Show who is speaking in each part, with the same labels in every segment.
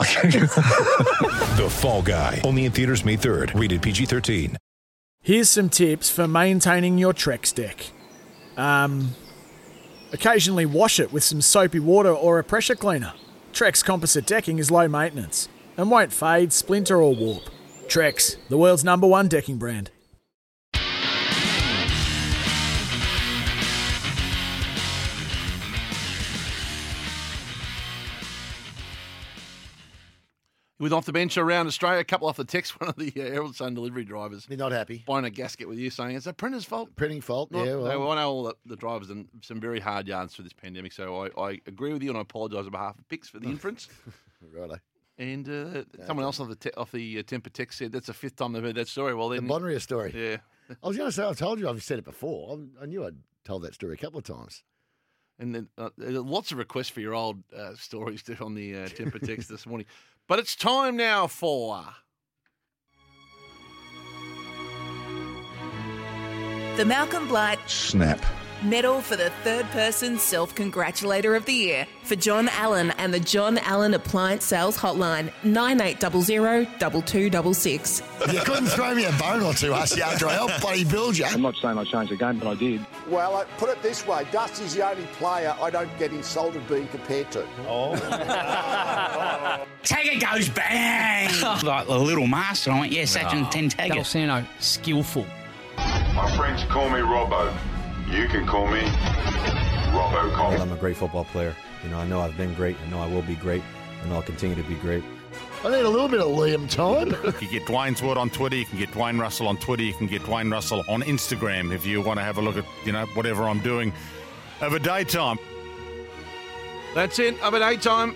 Speaker 1: The Fall Guy. Only in theaters May 3rd. Rated PG-13.
Speaker 2: Here's some tips for maintaining your Trex deck. Um, occasionally wash it with some soapy water or a pressure cleaner. Trex composite decking is low maintenance and won't fade, splinter, or warp. Trex, the world's number one decking brand.
Speaker 3: He was off the bench around Australia, a couple off the text, one of the uh, Herald Sun delivery drivers
Speaker 4: They're not happy.
Speaker 3: buying a gasket with you saying, it's the printer's fault.
Speaker 4: Printing fault.
Speaker 3: Well,
Speaker 4: yeah.
Speaker 3: they-
Speaker 4: Well,
Speaker 3: I know all the, the drivers and some very hard yards through this pandemic, so I, I agree with you and I apologise on behalf of Pix for the inference.
Speaker 4: righto.
Speaker 3: And uh, someone else off the te- off the uh, temper text said that's the fifth time they've heard that story. Well,
Speaker 4: The
Speaker 3: then,
Speaker 4: Bonria story.
Speaker 3: yeah,
Speaker 4: I was going to say, I've told you, I've said it before. I'm- I, knew I'd told that story a couple of times.
Speaker 3: and then uh, there are lots of requests for your old uh, stories too on the uh, temper text this morning. But it's time now for
Speaker 5: The Malcolm Blight
Speaker 6: Snap.
Speaker 5: Medal for the Third Person Self Congratulator of the Year for John Allen and the John Allen Appliance Sales Hotline 9800 2266.
Speaker 7: you couldn't throw me a bone or two, Hussy, after I helped bloody build you. I'm not saying I changed the game, but I did.
Speaker 8: Well, I put it this way Dusty's the only player I don't get insulted being compared to.
Speaker 9: Oh. Tagger goes bang! like the little master. I went, yeah, Sachin 10 Tagger. Dalsano, skillful.
Speaker 8: My friends call me Robbo. You can call me Robbo
Speaker 6: I'm a great football player. You know, I know I've been great. I know I will be great. And I'll continue to be great.
Speaker 4: I need a little bit of Liam time.
Speaker 9: You get Dwayne's word on Twitter. You can get Dwayne Russell on Twitter. You can get Dwayne Russell on Instagram if you want to have a look at, you know, whatever I'm doing over daytime.
Speaker 3: That's it. Up at eight time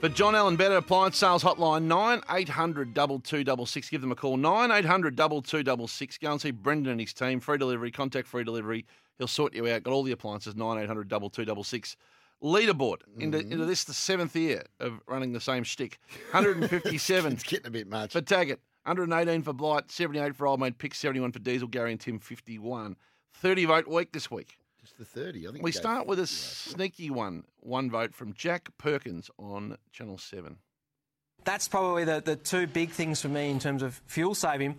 Speaker 3: for John Allen Better Appliance Sales Hotline 9800 2266. Give them a call 9800 2266. Go and see Brendan and his team. Free delivery, contact free delivery. He'll sort you out. Got all the appliances 9800 2266. Leaderboard into, into this, the seventh year of running the same shtick. 157
Speaker 4: It's getting a bit much.
Speaker 3: for Taggart, 118 for Blight, 78 for Old Mate Pick, 71 for Diesel, Gary and Tim, 51. 30 vote week this week.
Speaker 4: it's the 30, I think.
Speaker 3: We
Speaker 4: it goes
Speaker 3: start with a
Speaker 4: 50,
Speaker 3: sneaky one. One vote from Jack Perkins on Channel 7.
Speaker 9: That's probably the, the two big things for me in terms of fuel saving.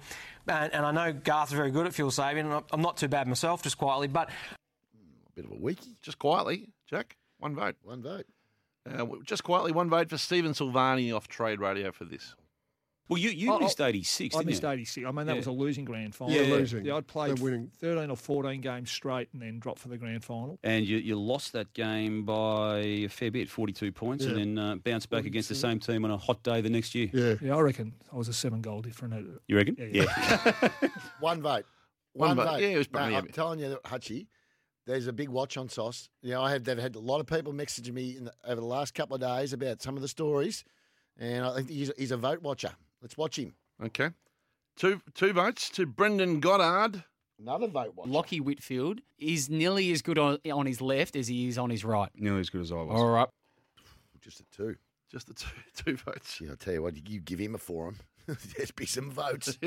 Speaker 9: And, and I know Garth's very good at fuel saving. And I'm- I'm not too bad myself, just quietly. But
Speaker 4: eh? Bit of a weakie.
Speaker 3: Just quietly, Jack, one vote.
Speaker 4: One vote.
Speaker 3: Uh, w- just quietly, one vote for Stephen Silvani off Trade Radio for this.
Speaker 9: well, you, you missed 86,
Speaker 8: I missed 86. I mean, that was a losing grand final.
Speaker 9: Yeah, yeah.
Speaker 8: losing. Yeah, I'd played
Speaker 9: They're winning.
Speaker 8: 13 or 14 games straight and then dropped for the grand final.
Speaker 9: And you, you lost that game by a fair bit, 42 points,
Speaker 8: Yeah.
Speaker 9: and then uh, bounced back against the same team on a hot day the next year.
Speaker 8: Yeah. I reckon I was a seven goal different.
Speaker 9: You reckon?
Speaker 8: Yeah, yeah.
Speaker 4: One vote.
Speaker 3: One vote. Yeah, it was
Speaker 4: No,
Speaker 3: probably a
Speaker 4: I'm
Speaker 3: bit-
Speaker 4: telling you, that, Hutchie, there's a big watch on Sauce. You know, I have they've had a lot of people messaging me in the, over the last couple of days about some of the stories, and I think he's, he's a vote watcher. Let's watch him.
Speaker 3: Okay. Two two votes to Brendan Goddard.
Speaker 4: Another vote watcher.
Speaker 9: Lockie Whitfield is nearly as good on, on his left as he is on his right.
Speaker 6: Nearly as good as I was.
Speaker 9: All right.
Speaker 4: Just a two.
Speaker 3: Just the two, two votes.
Speaker 4: Gee, I'll tell you what, you give him a forum. There'd be some votes.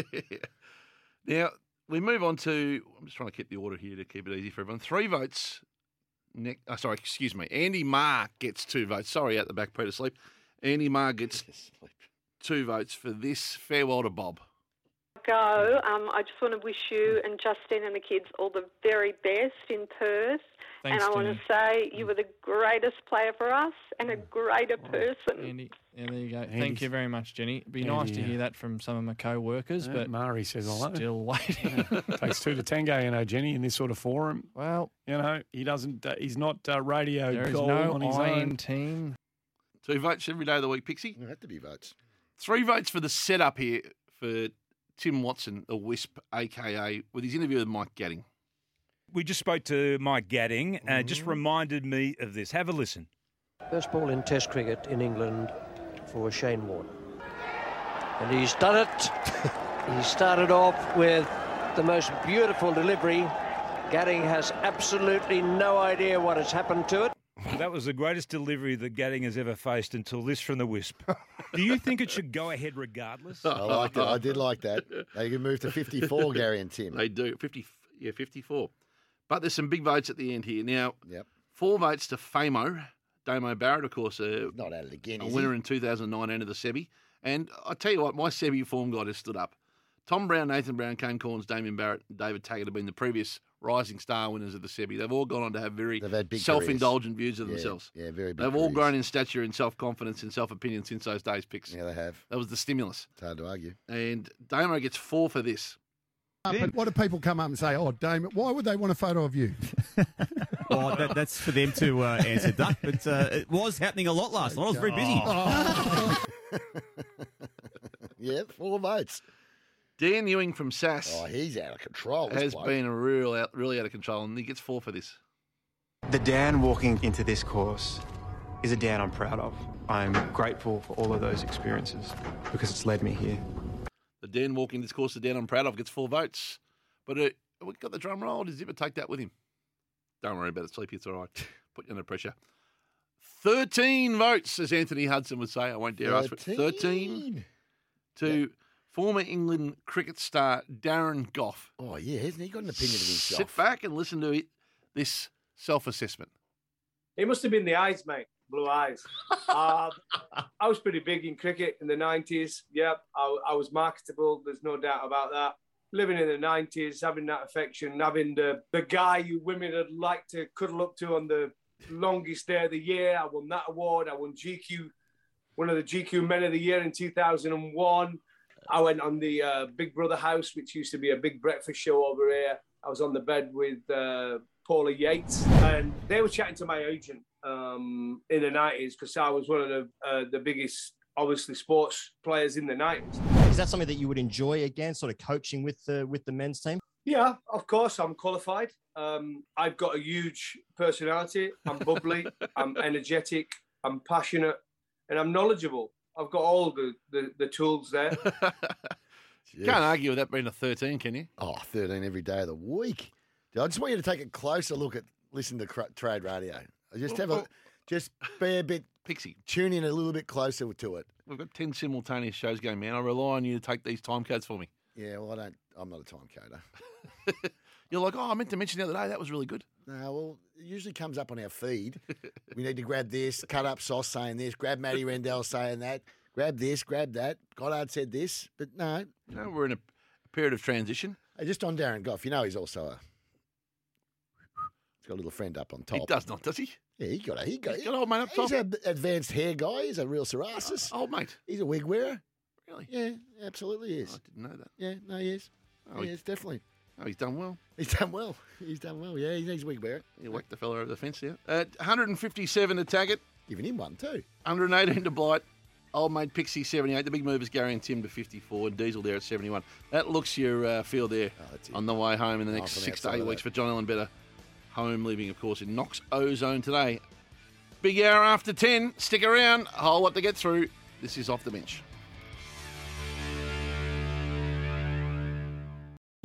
Speaker 3: now, we move on to, I'm just trying to keep the order here to keep it easy for everyone. Three votes. Nick, oh, sorry, excuse me. Andy Marr gets two votes. Sorry, out the back, Peter Sleep. Andy Marr gets two votes for this. Farewell to Bob.
Speaker 5: Go. Um, I just want to wish you and Justine and the kids all the very best in Perth. and I want to say you were the greatest player for us and a
Speaker 9: Mm.
Speaker 5: greater person.
Speaker 9: Yeah, there you go. Thank you very much, Jenny. It'd be nice to hear that from some of my co-workers, but Mari says hello. Still waiting. Takes two to tango, you know, Jenny, in this sort of forum. Well, you know, he doesn't. Uh, he's not uh, radio gold on his own. Team.
Speaker 3: Two votes every day of the week, Pixie.
Speaker 4: There had to be votes.
Speaker 3: Three votes for the setup here for Tim Watson, the Wisp, aka with his interview with Mike Gadding.
Speaker 9: We just spoke to Mike Gadding, and just
Speaker 10: Mm-hmm.
Speaker 9: reminded me of this. Have a listen.
Speaker 8: First ball in Test cricket in England for Shane Warne. And he's done it.
Speaker 10: He started off with the most beautiful delivery. Gadding has absolutely no idea what has happened to it.
Speaker 11: That was the greatest delivery that Gadding has ever faced until this from the Wisp. Do you think it should go ahead regardless?
Speaker 4: I liked it. I did like that. They can move to 54, Gary and Tim.
Speaker 3: They do. 50, yeah, 54. But there's some big votes at the end here. Now,
Speaker 4: yep.
Speaker 3: four votes to Famo. Damo Barrett, of course, uh,
Speaker 4: not out of the
Speaker 3: a
Speaker 4: guinea.
Speaker 3: winner in 2019 of the Sebi. And I tell you what, my Sebi form guide has stood up. Tom Brown, Nathan Brown, Kane Corns, Damien Barrett, and David Taggart have been the previous rising star winners of the Sebi. They've all gone on to have very
Speaker 4: big
Speaker 3: self-indulgent views of
Speaker 4: Yeah,
Speaker 3: themselves.
Speaker 4: yeah, very big
Speaker 3: They've all
Speaker 4: careers.
Speaker 3: grown in stature and self-confidence and self-opinion since those days' picks. Yeah,
Speaker 4: they have.
Speaker 3: That was the stimulus.
Speaker 4: It's hard to argue.
Speaker 3: And Damo gets four for this.
Speaker 12: But what do people come up and say? Oh, Dame, why would they want a photo of you?
Speaker 13: Well, Oh, that, that's for them to uh, answer, Duck. But uh, it was happening a lot last night. I was very busy.
Speaker 10: Oh.
Speaker 4: Yeah, four votes.
Speaker 3: Dan Ewing from SAS.
Speaker 4: Oh, he's out of control. this
Speaker 3: has
Speaker 4: bloke.
Speaker 3: been a real out, really out of control, and he gets four for this.
Speaker 14: The Dan walking into this course is a Dan I'm proud of. I'm grateful for all of those experiences because it's led me here.
Speaker 3: The Dan walking this course, the Dan I'm proud of gets four votes. But uh, we got the drum roll. Does Zipper take that with him? Don't worry about it, Sleepy. It's all right. Put you under pressure. Thirteen votes, as Anthony Hudson would say. I won't dare ask for it. Thirteen to former England cricket star Darren Goff.
Speaker 4: Oh yeah, hasn't he got an opinion of himself?
Speaker 3: Sit back and listen to it, this self-assessment.
Speaker 9: It must have been the eyes, mate. Blue eyes. Um, I was pretty big in cricket in the 90s. Yep, I, I was marketable. There's no doubt about that. Living in the 90s, having that affection, having the, the guy you women would like to cuddle up to on the longest day of the year. I won that award. I won GQ, one of the GQ Men of the Year in 2001. I went on the uh, Big Brother House, which used to be a big breakfast show over here. I was on the bed with uh, Paula Yates, and they were chatting to my agent um, in the nineties because I was one of the uh, the biggest, obviously, sports players in the nineties.
Speaker 15: Is that something that you would enjoy again, sort of coaching with the with the men's team?
Speaker 9: Yeah, of course, I'm qualified. Um, I've got a huge personality. I'm bubbly. I'm energetic. I'm passionate, and I'm knowledgeable. I've got all the the, the tools there.
Speaker 3: Can't argue with that being a thirteen, can you?
Speaker 4: Oh, 13 every day of the week. Dude, I just want you to take a closer look at listen to cra- trade radio. Just have a just be a bit
Speaker 3: pixie.
Speaker 4: Tune in a little bit closer to it.
Speaker 3: We've got ten simultaneous shows going, man. I rely on you to take these time codes for me.
Speaker 4: Yeah, well, I don't. I'm not a time coder.
Speaker 3: You're like, oh, I meant to mention the other day that was really good.
Speaker 4: No, well, it usually comes up on our feed. we need to grab this, cut up sauce saying this, grab Matty Rendell saying that, grab this, grab that. Goddard said this, but no.
Speaker 3: No, we're in a period of transition.
Speaker 4: just on Darren Goff, you know he's also a. He's got a little friend up on top.
Speaker 3: He does not, does he?
Speaker 4: Yeah, he got a. He got,
Speaker 3: He's got old mate up
Speaker 4: He's
Speaker 3: top.
Speaker 4: an advanced hair guy. He's a real psoriasis.
Speaker 3: old mate.
Speaker 4: He's a wig wearer.
Speaker 3: Really?
Speaker 4: Yeah, absolutely is.
Speaker 3: I didn't know that.
Speaker 4: Yeah, no, he is.
Speaker 3: Oh, he-
Speaker 4: yeah, it's definitely.
Speaker 3: Oh, he's done well.
Speaker 4: He's done well. He's done well. Yeah, he's, he's wig wearer.
Speaker 3: He whacked the fella over the fence there. Uh, 157 to Taggart.
Speaker 4: Giving him one too.
Speaker 3: 118 to Blight. Old mate Pixie 78. The big movers Gary and Tim to 54. And Diesel there at 71. That looks your uh, field there on the way home in the
Speaker 4: Oh,
Speaker 3: next
Speaker 4: from
Speaker 3: six
Speaker 4: outside
Speaker 3: to eight
Speaker 4: of
Speaker 3: weeks
Speaker 4: that.
Speaker 3: for John Allen Better. Home leaving, of course, in Knox Ozone today. Big hour after 10. Stick around. A whole lot to get through. This is Off the Bench.